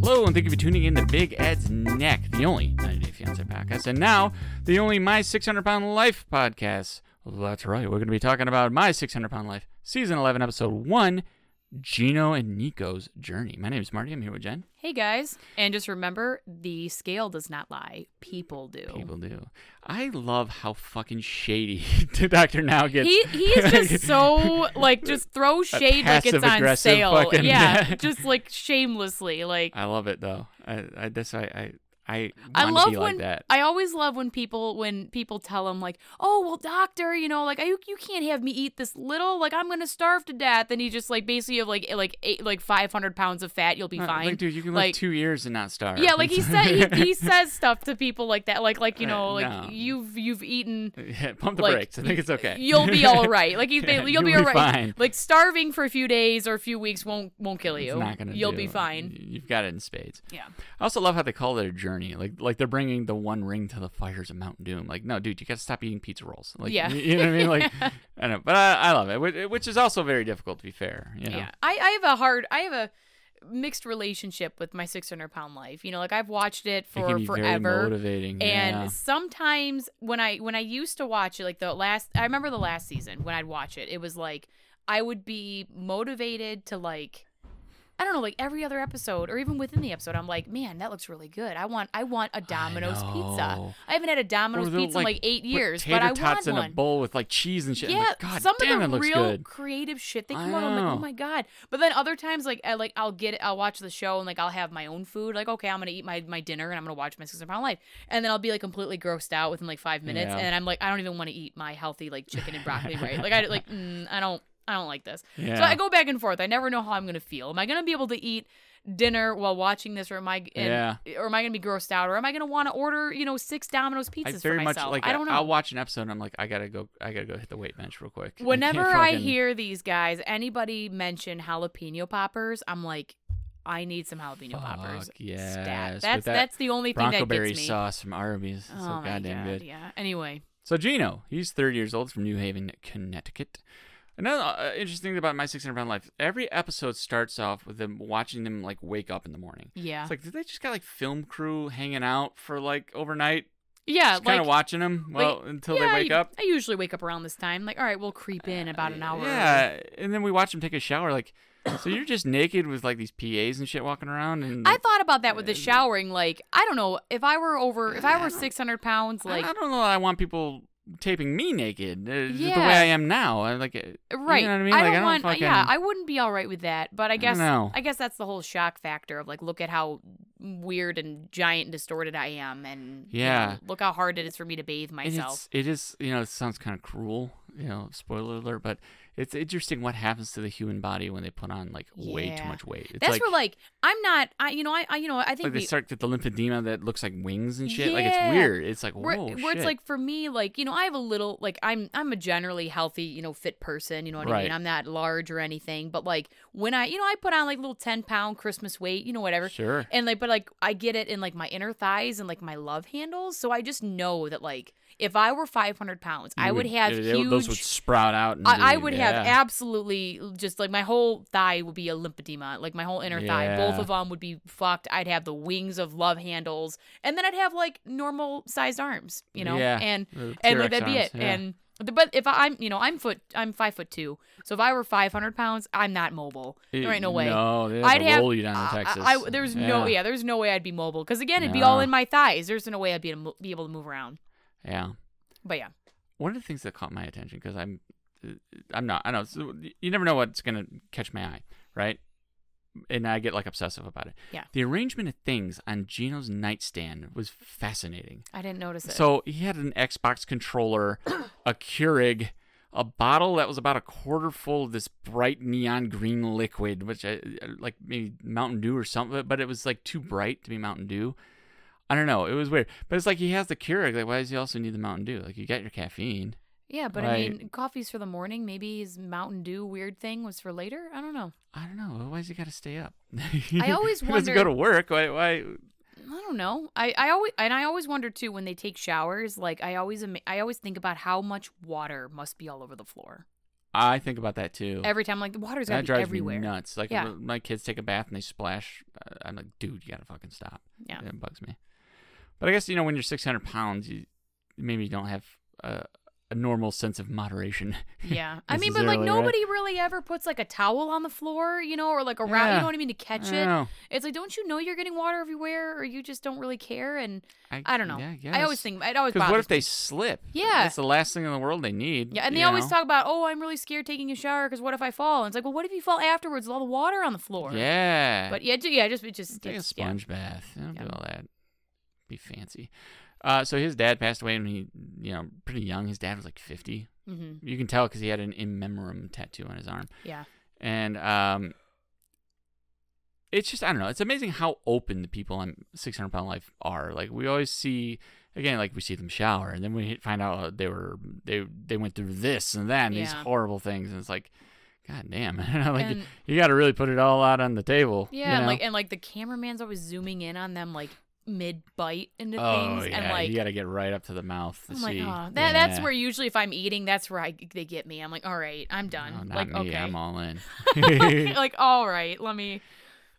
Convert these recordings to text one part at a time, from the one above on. Hello, and thank you for tuning in to Big Ed's Neck, the only 90 Day Fiancé podcast, and now the only My 600 Pound Life podcast. That's right, we're going to be talking about My 600 Pound Life, Season 11, Episode 1, Gino and Nico's Journey. My name is Marty, I'm here with Jen. Hey guys, and just remember the scale does not lie. People do. People do. I love how fucking shady Dr. Now gets. He he is just so like just throw shade like it's on passive-aggressive sale. fucking- yeah, just like shamelessly. Like I love it, though. I, I, this, I, I, I, I wanna love be when like that. I always love when people when people tell him like, "Oh well, doctor, you know, like I, you can't have me eat this little. Like I'm gonna starve to death." And he just like basically have like like eight, like 500 pounds of fat, you'll be Uh, fine. Like, dude, you can live Like- two years and not starve. yeah, like he said, he, he says stuff to people like that, like like you Uh, know, like no. you've you've eaten Yeah, pump the like, brakes. I think it's okay. You'll be all right. Like he's Yeah, basically, you'll, be you'll all be right. fine. Like starving for a few days or a few weeks won't won't kill you. It's not gonna you'll do be it. fine. You've got it in spades. Yeah. I also love how they call it a journey. Like like they're bringing the one ring to the fires of Mount Doom. Like no, dude, you got to stop eating pizza rolls. Like Yeah. you, you know what I mean. Like I know, but I, I love it, which, which is also very difficult to be fair. You know? Yeah. I, I have a hard I have a mixed relationship with my six hundred pound life. You know, like I've watched it it can for be very forever. motivating. And yeah. sometimes when I when I used to watch it, like the last I remember the last season when I'd watch it, it was like I would be motivated to like I don't know, like every other episode or even within the episode, I'm like, man, that looks really good. I want I want a Domino's pizza. know. I haven't had a Domino's Or they'll, pizza in like eight put years, tater but I tots want in one. a bowl with like cheese and shit. I'm Yeah, like, God some damn, of it the looks real good. creative shit they I come out. I'm like, know. oh my god! But then other times, like, I like I'll get, I'll watch the show and like I'll have my own food. Like, okay, I'm gonna eat my my dinner and I'm gonna watch my six pound life, and then I'll be like completely grossed out within like five minutes, Yeah. and then I'm like, I don't even want to eat my healthy like chicken and broccoli, right? Like, I like, mm, I don't, I don't like this. So Yeah. I go back and forth. I never know how I'm gonna feel. Am I gonna be able to eat? dinner while watching this or am I and, Yeah. or am I gonna be grossed out or am I gonna want to order you know six Domino's I pizzas very for much myself like. I don't know I'll watch an episode. and I'm like, I gotta go. I gotta go hit the weight bench real quick. I can't Whenever I fucking- hear these guys, anybody mention jalapeno poppers, I'm like, I need some jalapeno poppers. Fuck yes, Stat. with That's that that's the only thing Bronco that berry gets me. sauce from Arby's. It's Oh so my goddamn God, good. Yeah. Anyway, So Gino, he's 30 years old from New Haven, Connecticut. Another uh, interesting thing about my 600 pound life: every episode starts off with them watching them like wake up in the morning. yeah, It's like, did they just got like film crew hanging out for like overnight, yeah, just like kind of watching them? like, Well, until yeah, they wake I, up. Uh, I usually wake up around this time. Like, all right, we'll creep in about an hour. Yeah, and then we watch them take a shower. Like, so you're just naked with like these PAs and shit walking around, and I like, thought about that with Uh, the showering. Like, I don't know if I were over, if I were 600 pounds, I- like, I don't know. that I want people taping me naked uh, just the way Yeah. I am now. I like it. Right. You know what I mean? I Like, don't, I don't want. fucking- Yeah, I wouldn't be all right with that. But I guess know. guess that's the whole shock factor of like, look at how weird and giant and distorted I am, and you Yeah. know, look how hard it is for me to bathe And myself. It's, it is, you know, it sounds kind of cruel, you know, spoiler alert, but it's interesting what happens to the human body when they put on like way too Yeah. much weight. It's That's like, where like I'm not. I you know I, I you know I think like they we, start to get the lymphedema that looks like wings and shit. Like it's Yeah. weird. It's like whoa, where, where it's shit. like for me like you know i have a little like i'm i'm a generally healthy you know fit person you know what i Right. mean i'm not large or anything but like when i you know i put on like little 10 pound christmas weight you know whatever Sure. and like but like i get it in like my inner thighs and like my love handles so i just know that like if i were 500 pounds i You would have they- huge Those would sprout out. And I, I be- would yeah. have absolutely just like my whole thigh would be a lymphedema, like my whole inner thigh. Both Yeah. of them would be fucked. I'd have the wings of love handles, and then I'd have like normal sized arms, you know, Yeah. and The and T-Rex like that'd be arms, it. yeah. And but if I'm, you know, I'm foot, I'm five foot two, so if I were five hundred pounds, I'm not mobile. There ain't no way. No, they'd I'd have- roll you down to I- Texas. I, I, there's no, yeah, there's no way I'd be mobile because again, it'd be all No. in my thighs. There's no way I'd be, able- be able to move around. Yeah. But yeah, one of the things that caught my attention because I'm, I'm not. I know it's- you never know what's gonna catch my eye, right? And I get like obsessive about it. Yeah. The arrangement of things on Gino's nightstand was fascinating. I didn't notice it. So he had an Xbox controller, a Keurig, a bottle that was about a quarter full of this bright neon green liquid, which I, like maybe Mountain Dew or something, but it was like too bright to be Mountain Dew. I don't know. It was weird, but it's like he has the Keurig. Like, why does he also need the Mountain Dew? Like, you got your caffeine. Yeah, but I Right. mean, coffee's for the morning. Maybe his Mountain Dew weird thing was for later. I don't know. I don't know. Why does he got to stay up? always he doesn't go wonder- to work. Why? Why? I don't know. I, I always and I always wonder too when they take showers. Like I always am- I always think about how much water must be all over the floor. I think about that too. every time. Like the water's got that to be drives everywhere. me nuts. Like Yeah. when my kids take a bath and they splash. uh, I'm like, dude, you gotta fucking stop. Yeah. it bugs me. But I guess you know when you're 600 pounds, you maybe you don't have a, a normal sense of moderation. Yeah. I mean, but Necessarily, like right? nobody really ever puts like a towel on the floor, you know, or like around. You Yeah. know what I mean to I catch don't it. know. It's like, don't you know you're getting water everywhere, or you just don't really care? And I don't know. yeah, I always guess. think it always Because bothers what if me. they slip? Yeah. That's the last thing in the world they need. Yeah, and they you always know? talk about, oh, I'm really scared taking a shower because what if I fall? And it's like, well, what if you fall afterwards with all the water on the floor? Yeah. But yeah, ju- yeah, just it just Take a it's- yeah. sponge bath. Don't Yeah. do all that. Be fancy. Uh, so his dad passed away when he, you know, pretty young. His dad was like 50. Mhm. You can tell because he had an in memoriam tattoo on his arm. Yeah. And um, it's just, I don't know. It's amazing how open the people on 600 Pound Life are. Like, we always see, again, like we see them shower, and then we find out uh, they were, they they went through this and that and these Yeah. horrible things. And it's like, God damn. you know, like, And- you got to really put it all out on the table. Yeah, you and know? like and like the cameraman's always zooming in on them like mid bite into Oh things yeah, and like you got to get right up to the mouth to I'm like, see. oh, that, that's where usually if I'm eating, that's where I, they get me. I'm like, all right, I'm done. No, Oh, not like, me. okay, I'm all in. like, all right, let me.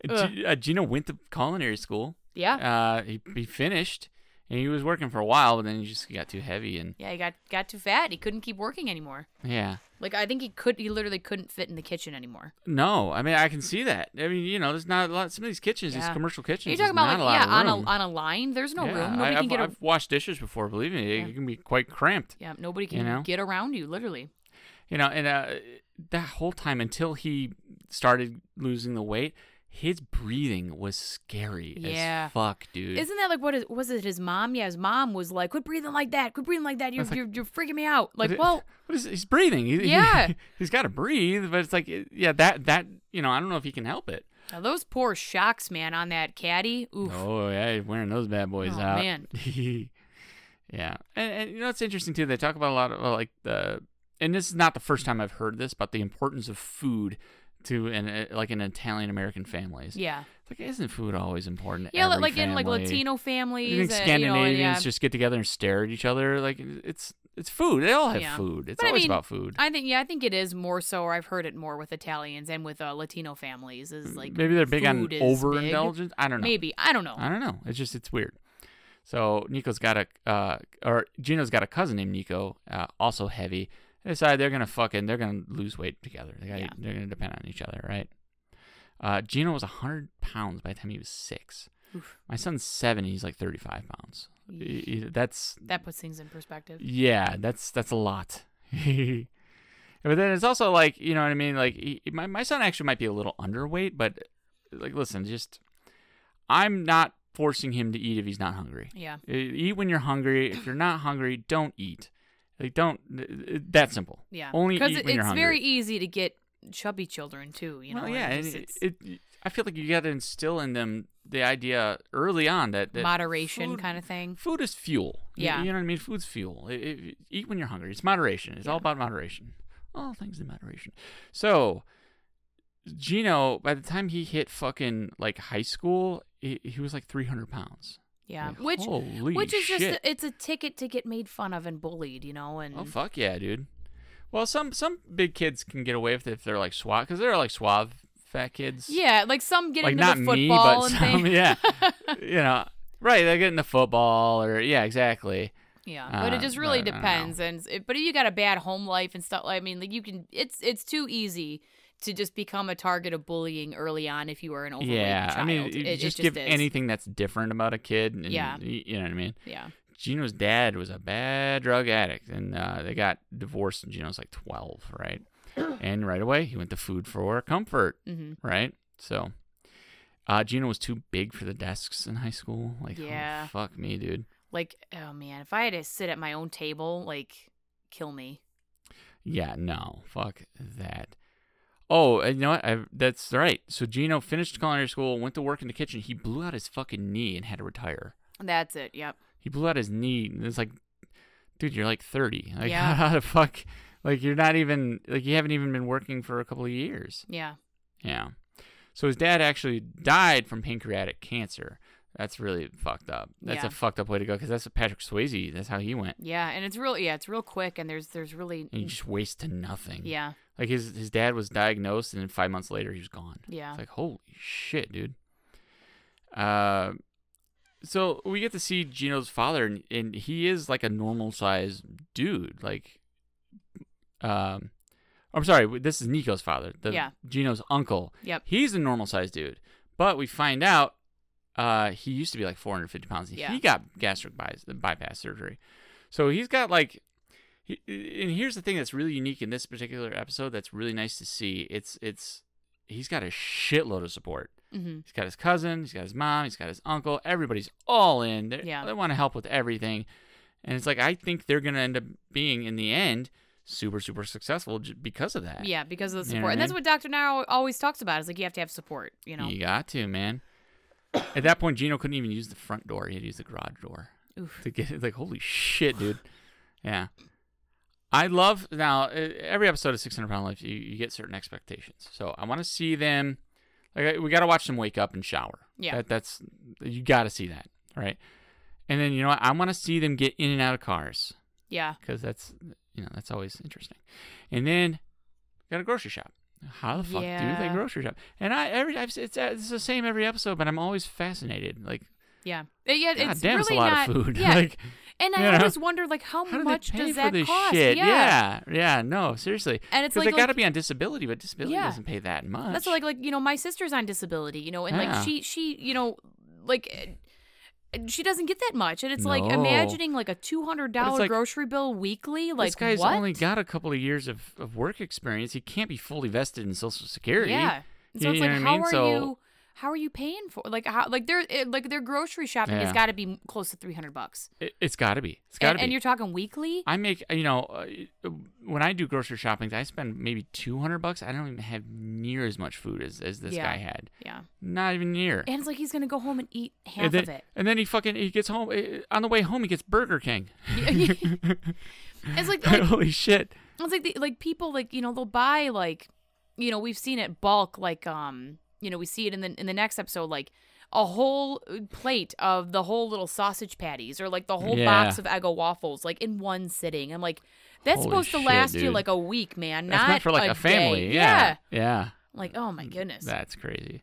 G- uh, Gino went to culinary school. Yeah, Uh, he, he finished, and he was working for a while, but then he just got too heavy, and yeah. He got got too fat. He couldn't keep working anymore. yeah. Like, I think he could. He literally couldn't fit in the kitchen anymore. No, I mean I can see that. I mean you know there's not a lot. Some of these kitchens, these Yeah. commercial kitchens, You're talking there's about not like, a yeah, lot on of room. a on a line. There's no Yeah, room. I, Nobody have can get a, I've washed dishes before. Believe me, Yeah. it can be quite cramped. yeah. Nobody you can know? get around you. Literally. you know and uh, that whole time until he started losing the weight his breathing was scary Yeah. as fuck dude Isn't that like what is, was it? His mom? Yeah, his mom was like, "Quit breathing like that. Quit breathing like that. You're It's like- you're, you're freaking me out." Like, But it- well, what is, he's breathing he, Yeah. he, has got to breathe but it's like it- yeah that that you know i don't know if he can help it now those poor shocks, man, on that caddy. Oof. oh yeah he's wearing those bad boys Oh, out man. yeah and, and you know it's interesting too they talk about a lot of uh, like the and this is not the first time i've heard this but the importance of food to an uh, like an italian american families Yeah. It's like isn't food always important to Yeah, every like in like family? Latino families. You think uh, you know, Scandinavians and, yeah. just get together and stare at each other? Like it's it's food. They all have Yeah. food. It's But I always mean, about food. I think yeah, I think it is more so, or I've heard it more with Italians and with uh, Latino families. Is like Maybe they're big on food is big. overindulgence. I don't know. Maybe I don't know. I don't know. It's just it's weird. So Nico's got a uh, or Gino's got a cousin named Nico, uh, also heavy. They decide they're gonna fucking they're gonna lose weight together. They got Yeah. they're gonna depend on each other, right? Uh, Gino was hundred pounds by the time he was six. Oof. My son's seven. He's like thirty five pounds. Y- y- That's That puts things in perspective. Yeah, that's that's a lot. but then it's also like you know what I mean. Like he, my my son actually might be a little underweight, but like listen, just I'm not forcing him to eat if he's not hungry. Yeah, E- Eat when you're hungry. If you're not hungry, don't eat. Like don't. That simple. yeah. Only because eat it, when you're it's very hungry. easy to get chubby children too. You know. well, and yeah, and just- it, it's- it- I feel like you got to instill in them the idea early on that, that moderation food- kind of thing. Food is fuel. You- Yeah. You, know what I mean? Food's fuel. I- I- eat when you're hungry. It's moderation. It's all Yeah. about moderation. All things in moderation. So, Gino, by the time he hit fucking like high school, he, he was like 300 pounds. Yeah, Like, which holy which is shit. just a, it's a ticket to get made fun of and bullied. You know, and Oh fuck yeah, dude. Well, some some big kids can get away with it if they're like suave, because they're like suave fat kids. yeah, like some get like into not the me, football but and some, things. yeah, you know, right? They're getting the football, or yeah, exactly. Yeah, but it Uh, just really but I don't know. depends. And it, but if you got a bad home life and stuff, I mean, like you can, it's it's too easy to just become a target of bullying early on if you are an overweight yeah child. i mean it, you it just just give is. anything that's different about a kid and Yeah. y- you know what i mean Yeah, gino's dad was a bad drug addict and uh, they got divorced and gino's like 12 right and right away he went to food for comfort hmm right so uh, Gino was too big for the desks in high school. Like, oh, Yeah. fuck me, dude. like oh man, if I had to sit at my own table, like kill me. Yeah, no, fuck that. Oh, and you know what? I, that's right. So Gino finished culinary school, went to work in the kitchen. He blew out his fucking knee and had to retire. That's it. Yep. He blew out his knee, and it's like, dude, you're like 30. Like, Yeah. how the fuck? Like, you're not even, like, you haven't even been working for a couple of years. Yeah. Yeah. So his dad actually died from pancreatic cancer. That's really fucked up. That's Yeah. a fucked up way to go because that's Patrick Swayze. That's how he went. Yeah, and it's real. Yeah, it's real quick, and there's there's really And you just waste to nothing. Mm. yeah. Like his his dad was diagnosed, and then five months later he was gone. Yeah. It's like holy shit, dude. Uh, so we get to see Gino's father, and, and he is like a normal sized dude. Like, um, I'm sorry, this is Nico's father. The, Yeah. Gino's uncle. Yep. He's a normal sized dude, but we find out uh, he used to be like 450 pounds. and Yeah. He got gastric by- bypass surgery, so he's got like he- and here's the thing that's really unique in this particular episode that's really nice to see it's it's he's got a shitload of support hmm he's got his cousin he's got his mom he's got his uncle everybody's all in they Yeah. they want to help with everything and it's like i think they're going to end up being in the end super super successful j- because of that Yeah, because of the You know support. what I and that's mean? what Dr. Now always talks about. It's like you have to have support, you know? you got to man at that point gino couldn't even use the front door he had to use the garage door Oof. to get it. Like, holy shit, dude. Yeah. I love now eh, every episode of 600 Pound Life, you, you get certain expectations. So I want to see them. Like, I- we got to watch them wake up and shower. Yeah. That, that's, you got to see that. Right. And then, you know what? I want to see them get in and out of cars Yeah. because that's, you know, that's always interesting. And then, got a grocery shop. How the fuck do Yeah. they grocery shop? And I every I've, it's uh, it's the same every episode, but I'm always fascinated. Like, Yeah. Uh, Yeah, god it's damn, really it's a lot not, of food. Yeah. like, and you I know? always wonder like how, how do much they pay does for that this cost? shit? Yeah. yeah, yeah, no, seriously. And it's Because like, they got to like- be on disability, but disability Yeah. doesn't pay that much. That's like like you know my sister's on disability, you know, and Yeah. like she she you know like eh, she doesn't get that much, and it's like No. imagining like a two hundred But it's dollar like, grocery bill weekly. Like this guy's what? only got a couple of years of, of work experience. He can't be fully vested in Social Security. yeah. And So You it's know like what I how mean? are So- you how are you paying for like how like their eh, like their grocery shopping Yeah. has got to be close to three hundred bucks, It, has got to be. It's got to and, be. and you're talking weekly. I make you know uh, when I do grocery shopping, I spend maybe two hundred bucks. I don't even have near as much food as, as this Yeah. guy had. yeah, Not even near. and it's like he's gonna go home and eat half and then, of it. and then he fucking he gets home eh, on the way home. He gets Burger King. It's like, like Holy shit! It's like the, like people like you know they'll buy like you know we've seen it bulk like um you know we see it in the in the next episode like a whole uh, plate of the whole little sausage patties or like the whole box of Eggo waffles like in one sitting. I'm like that's Holy supposed to shit, last you dude. like a week, man. That's meant for like a, a, family. day. Yeah. Mm, Yeah. Like oh my goodness. That's crazy.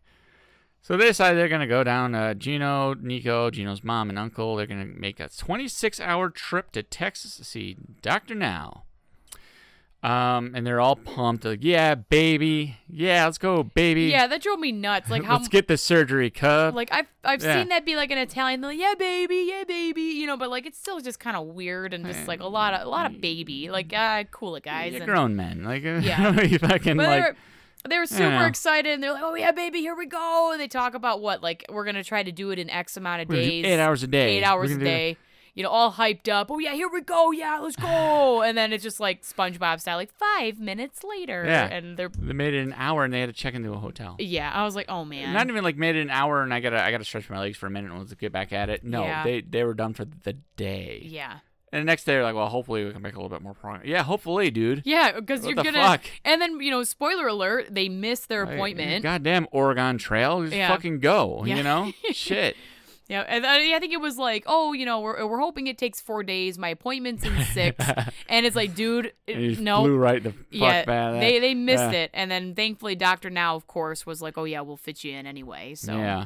So they decide they're gonna go down. Uh, Gino, Nico, Gino's mom and uncle. They're gonna make a 26-hour trip to Texas to see Doctor Now. Um, and they're all pumped. Like, yeah, baby. Yeah, let's go, baby. yeah, that drove me nuts. Like how let's get the surgery, cub. like I've I've Yeah. seen that be like an Italian like, yeah baby yeah baby you know but like it's still just kind of weird and just like a lot of a lot of baby like ah cool it guys You're and- grown men. Like, Yeah. you fucking But like. they were they were super know. excited and they're like, "Oh yeah, baby, here we go." And they talk about what like we're gonna try to do it in X amount of we're gonna do days, Eight hours a day. eight We're hours a gonna do- day. You know, all hyped up. Oh yeah, here we go. Yeah, let's go. and then it's just like SpongeBob style, like five minutes later, Yeah. and they're They made it an hour, and they had to check into a hotel. yeah. I was like, oh man, Not even like made it an hour, and I gotta I gotta stretch my legs for a minute and let's get back at it. No, Yeah. they they were done for the day. yeah, And the next day, they're like, well, hopefully we can make a little bit more progress. Yeah, hopefully, dude. yeah, because What you're the gonna. fuck? And then you know, spoiler alert, they missed their appointment. Like, goddamn Oregon Trail, just Yeah. fucking go. Yeah. You know, shit. Yeah, and I, I think it was like, oh, you know, we're, we're hoping it takes four days. My appointment's in six, and it's like, dude, And he it, just no, flew right the fuck yeah, back. they they missed Yeah. it, and then thankfully, Doctor Now, of course, was like, "Oh yeah, we'll fit you in anyway." So Yeah.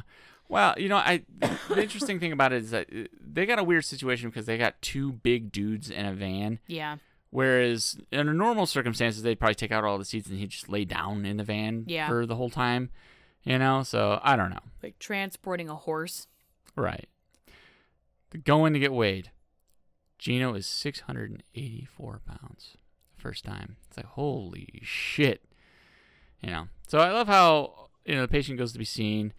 Well, you know, I the interesting thing about it is that uh, they got a weird situation because they got two big dudes in a van. yeah, Whereas under normal circumstances, they'd probably take out all the seats and he'd just lay down in the van Yeah. for the whole time. You know, so I don't know. like transporting a horse. Right. The going to get weighed. Gino is 684 pounds. First time. It's like, holy shit. You know. So I love how, you know, the patient goes to be seen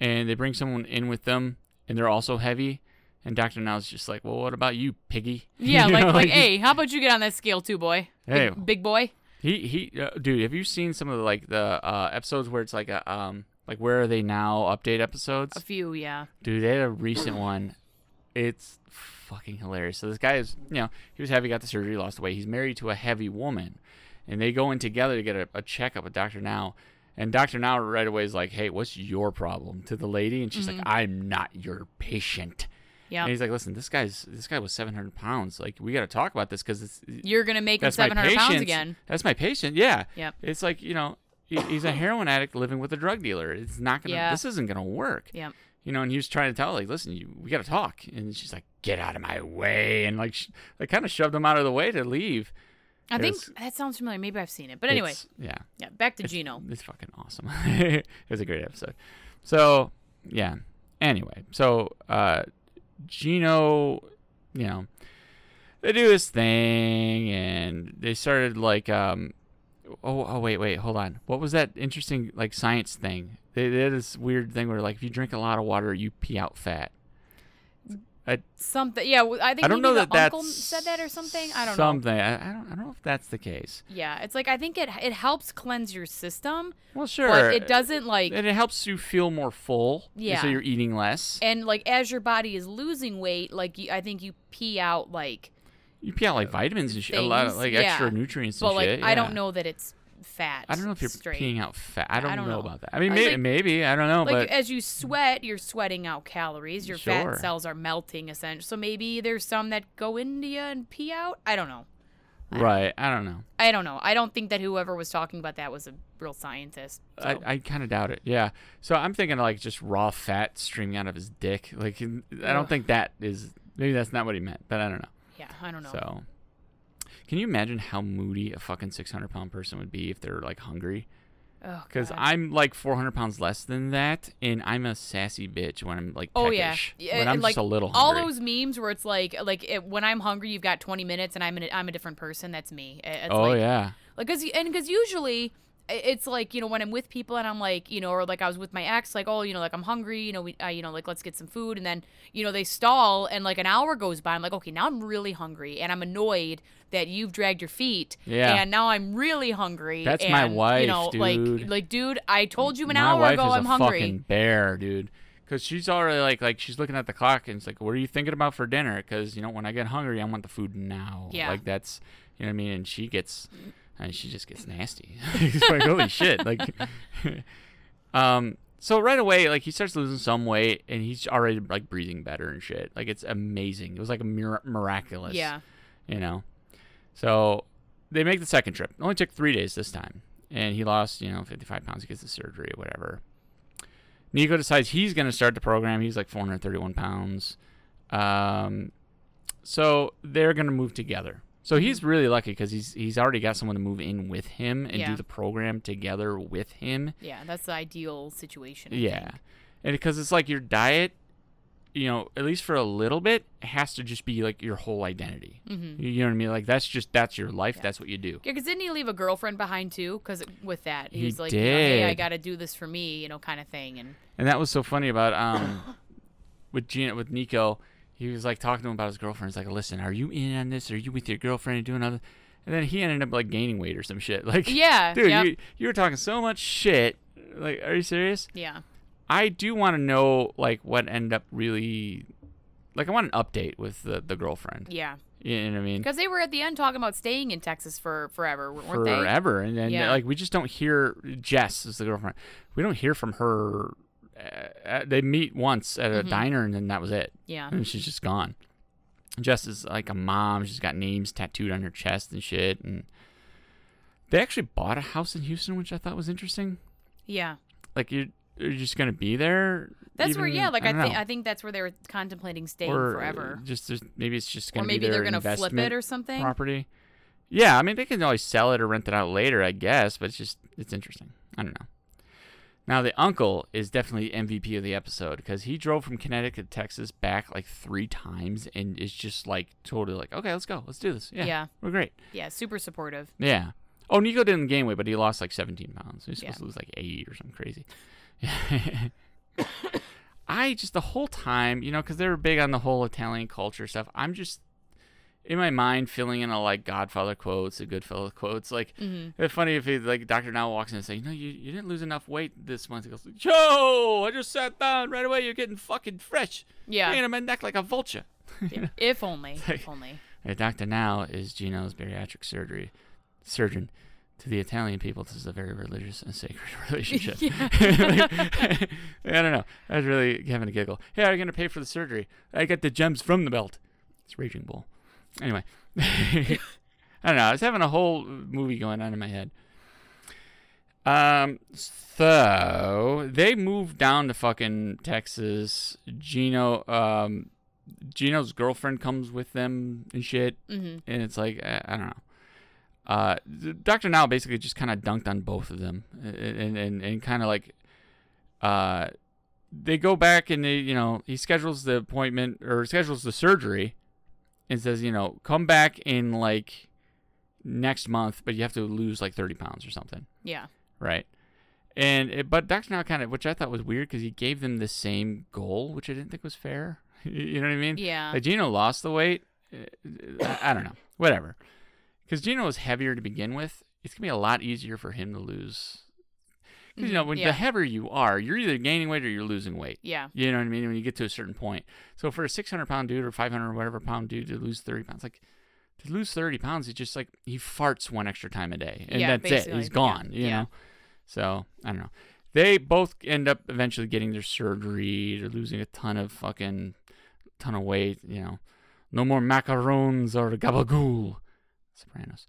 and they bring someone in with them and they're also heavy. And Dr. Now's just like, well, what about you, piggy? Yeah, You like know, like, just- hey, how about you get on that scale too, boy? Hey. big, big boy. He, he, uh, dude, have you seen some of the, like, the uh, episodes where it's like a, um, like, where are they now update episodes? A few, yeah, Dude, they had a recent one. It's fucking hilarious. So this guy is, you know, he was heavy, got the surgery, lost the weight. He's married to a heavy woman, and they go in together to get a, a checkup with Doctor Now. And Doctor Now right away is like, "Hey, what's your problem?" to the lady, and she's like, "I'm not your patient." Yeah. And he's like, listen, this guy's this guy was 700 pounds. Like, we got to talk about this because it's You're gonna make him that's my 700 patient. pounds again. That's my patient. Yeah. Yep. It's like you know, he- he's a heroin addict living with a drug dealer. It's not gonna. Yeah. This isn't gonna work. Yep. You know, and he was trying to tell her, like, listen, you, we got to talk. And she's like, get out of my way, and like, sh- like kind of shoved him out of the way to leave. I think It's- that sounds familiar. Maybe I've seen it. But anyway, It's- yeah. yeah, back to It's- Gino. Um, It's fucking awesome. it was a great episode. So yeah. Anyway, so uh Gino, you know, they do this thing and they started like um oh oh wait, wait, hold on. What was that interesting like science thing? They, they had this weird thing where like if you drink a lot of water you pee out fat. Something. Yeah, well, I think I don't maybe know the that that's uncle said that or something. I don't know. something. I, I don't I don't know if that's the case. Yeah, it's like I think it it helps cleanse your system, Well sure. but it doesn't like and it helps you feel more full. and Yeah. So you're eating less. and like as your body is losing weight, like you, I think you pee out like, You pee out like vitamins and shit, a lot of Things, like Uh, yeah. extra nutrients but and like shit. I don't yeah. know that it's fat. I don't know if you're straight. peeing out fat. I don't, don't know, know. about that. I mean, I was maybe, like- maybe I don't know, but Like as you sweat, you're sweating out calories. Your Sure. fat cells are melting, essentially. So maybe there's some that go into you and pee out. I don't know. uh, right. I don't know. I don't know. I don't think that whoever was talking about that was a real scientist. So. I, I kind of doubt it. Yeah. So I'm thinking like just raw fat streaming out of his dick. Like I don't Ugh. think that is maybe that's not what he meant, but I don't know. yeah, I don't know. So can you imagine how moody a fucking 600 pound person would be if they're like hungry? oh, Because God. I'm like 400 pounds less than that, and I'm a sassy bitch when I'm like Oh yeah, peckish, yeah. when and, I'm like just a little all hungry. those memes where it's like, like it, when I'm hungry, you've got 20 minutes, and I'm an, I'm a different person. That's me. It- It's oh like, yeah. like cause, you- and because usually i- it's like you know when i'm with people and i'm like you know or like i was with my ex like oh you know like i'm hungry you know we uh, you know like let's get some food and then you know they stall and like an hour goes by i'm like okay now i'm really hungry and i'm annoyed that you've dragged your feet Yeah. and now i'm really hungry That's and, my you wife, know dude. like like dude i told you an My hour wife ago is i'm a hungry fucking bear, dude. Because she's already like, like she's looking at the clock and it's like, what are you thinking about for dinner? Because you know, when I get hungry, I want the food now. Yeah. Like that's, you know what I mean. And she gets, and she just gets nasty. it's like holy shit. Like, um. So right away, like he starts losing some weight and he's already like breathing better and shit. Like it's amazing. It was like a mir- miraculous. yeah you know. So they make the second trip. It only took three days this time, and he lost you know 55 pounds. He gets the surgery, whatever. Nico decides he's going to start the program. He's like 431 pounds. Um, so they're going to move together. So he's really lucky because he's he's already got someone to move in with him and Yeah. do the program together with him. yeah that's the ideal situation I Yeah. think. And because it's like your diet, you know, at least for a little bit, has to just be like your whole identity. Mhm. You know what I mean? Like that's just that's your life. Yeah. That's what you do. Yeah, because didn't he leave a girlfriend behind too? Because with that, he, He was like, you know, "Hey, I did. got to do this for me," you know, kind of thing. And And that was so funny about um with Gina with Nico. He was like talking to him about his girlfriend. He's like, "Listen, are you in on this? Are you with your girlfriend and doing other?" And then he ended up like gaining weight or some shit. Like, yeah, dude, yep. you you were talking so much shit. Like, are you serious? yeah, I do want to know like what ended up really. Like I want an update with the, the girlfriend. yeah, You know what I mean? because they were at the end talking about staying in Texas for forever, weren't they? Forever, and then Yeah. like we just don't hear Jess is the girlfriend. We don't hear from her. uh, Uh, they meet once at a Mm-hmm. diner, and then that was it. Yeah, And she's just gone. Jess is like a mom. She's got names tattooed on her chest and shit. And they actually bought a house in Houston, which I thought was interesting. yeah. Like you're, you're just gonna be there. That's where, even- yeah, like I, don't think know. I think that's where they were contemplating staying or forever, Just there's, maybe it's just or gonna maybe be they're their gonna flip investment it or something. property. Yeah, I mean they can always sell it or rent it out later, I guess, but it's just it's interesting. I don't know. Now the uncle is definitely MVP of the episode because he drove from Connecticut to Texas back like three times and is just like totally like, okay, let's go, let's do this. Yeah, Yeah. we're great. Yeah, super supportive. Yeah. Oh, Nico didn't gain weight, but he lost like 17 pounds. He was supposed Yeah. to lose like 80 or something crazy. I just the whole time, you know, because they were big on the whole Italian culture stuff. I'm just in my mind filling in a like Godfather quotes, the Goodfellas quotes. Like Mm-hmm. it's funny if he like Doctor Now walks in and say, you know, you, you didn't lose enough weight this month. He goes, yo, I just sat down right away. You're getting fucking fresh. Yeah, hanging on my neck like a vulture. if only, like- if only. The doctor now is Gino's bariatric surgery surgeon. to the Italian people, this is a very religious and sacred relationship. Yeah. Like, I don't know. I was really having a giggle. Hey, I'm gonna pay for the surgery. I got the gems from the belt. It's Raging Bull. Anyway, I don't know. I was having a whole movie going on in my head. Um, so they moved down to fucking Texas. Gino, um, Gino's girlfriend comes with them and shit Mm-hmm. and it's like I, I don't know. Uh, Doctor Now basically just kind of dunked on both of them, and and, and kind of like, uh, they go back and they you know he schedules the appointment or schedules the surgery, and says you know come back in like next month, but you have to lose like thirty pounds or something, Yeah. right? And it, but Doctor Now kind of which I thought was weird because he gave them the same goal, which I didn't think was fair. you know what I mean? Yeah. Like Gino lost the weight. Uh, I, I don't know. Whatever. Because Gino was heavier to begin with. It's gonna be a lot easier for him to lose. 'Cause, you know, Mhm, when yeah. the heavier you are, you're either gaining weight or you're losing weight. yeah. You know what I mean? When you get to a certain point. So for a 600 pound dude or 500 or whatever pound dude to lose 30 pounds, like to lose 30 pounds, he just like he farts one extra time a day, and Yeah, that's it. basically. He's gone. Yeah. You Yeah. know. So I don't know. They both end up eventually getting their surgery. They're losing a ton of fucking ton of weight. You know, no more macarons or gabagool. Sopranos.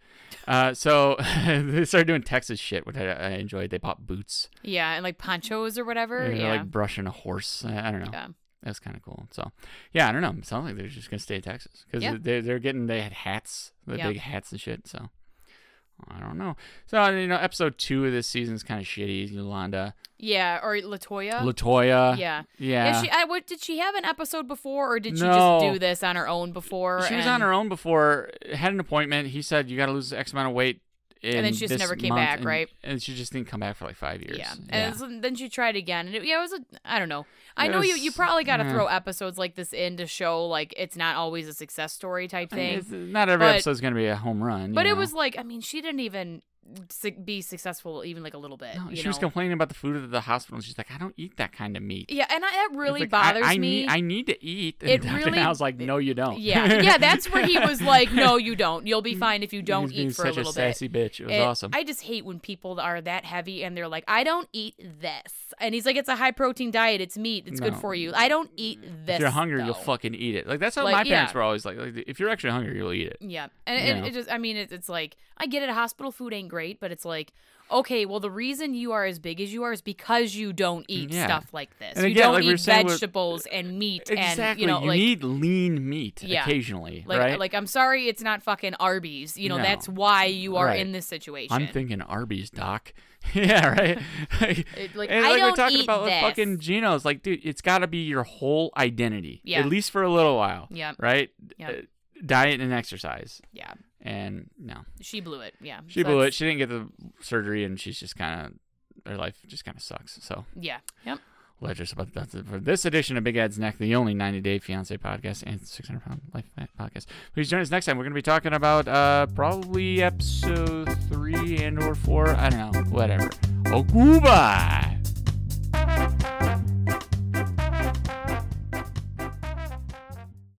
Uh, so they started doing Texas shit, which I, I enjoyed. They bought boots. Yeah. And like ponchos or whatever. They're Yeah. like brushing a horse. I, I don't know. yeah. That's kind of cool. So, yeah, I don't know. It sounds like they're just gonna stay in Texas because Yeah. they're they're getting they had hats, the Yeah. big hats and shit. So, I don't know. So you know, episode two of this season is kind of shitty. Yolanda, Yeah. Or Latoya. Latoya, yeah. yeah. Yeah. She, I, what, did she have an episode before, or did she No. just do this on her own before? She was and- on her own before. Had an appointment. He said you got to lose X amount of weight. In then she just this never came month," back, and- right? And she just didn't come back for like five years. Yeah. And so then she tried again. And it, yeah, it was, a, I don't know. I It know you, was- you probably got to yeah. throw episodes like this in to show like it's not always a success story type I mean, thing. it's- not every But- episode's gonna be a home run. you but it know? was like, I mean, she didn't even su- be successful even like a little bit. No, you she know? was complaining about the food at the hospital. and She's like, I don't eat that kind of meat. yeah, and I, that really It's like, I- bothers I, me. Need, I need to eat. And It Dr. really- Now's like, no, you don't. yeah, yeah, that's where he was like, "No, you don't. You'll Mm. be fine if you don't He's being eat for such a little bit." sassy bitch. It was It- awesome. I just hate when people are that heavy and they're like, "I don't eat this," and he's like, "It's a high protein diet. It's meat. It's good No. for you. I don't eat this." if you're hungry, you'll though." fucking eat it. Like that's how Like, my parents yeah. were always like, like, If you're actually hungry, you'll eat it. Yeah, and it- Yeah. it, just, I mean, it, it's like I get it. Hospital food ain't great, but it's like, okay, well, the reason you are as big as you are is because you don't eat Mm, Yeah. stuff like this. And you again, don't like we were eat saying, we're- vegetables and meat, and exactly. you know, like. need lean meat Yeah. occasionally, like, right? like, I'm sorry, it's not fucking Arby's. You know, No. that's why you are Right. in this situation. I'm thinking Arby's, doc. yeah, right. like, It- like, and I like don't we're talking eat about with this. fucking Geno's. Like, dude, it's got to be your whole identity, Yeah. at least for a little while, yeah, right? Yeah. Uh, diet and exercise, yeah, and no. she blew it. Yeah, She So blew it. that's- She didn't get the surgery, and she's just kind of her life just kind of sucks. So Yeah, yep. well, that's just about that's it for this edition of Big Ed's Neck, the only 90 Day Fiance podcast and 600 Pound Life podcast. Please join us next time. We're going to be talking about uh probably episode three and or four. I don't know, whatever. Oh, goodbye.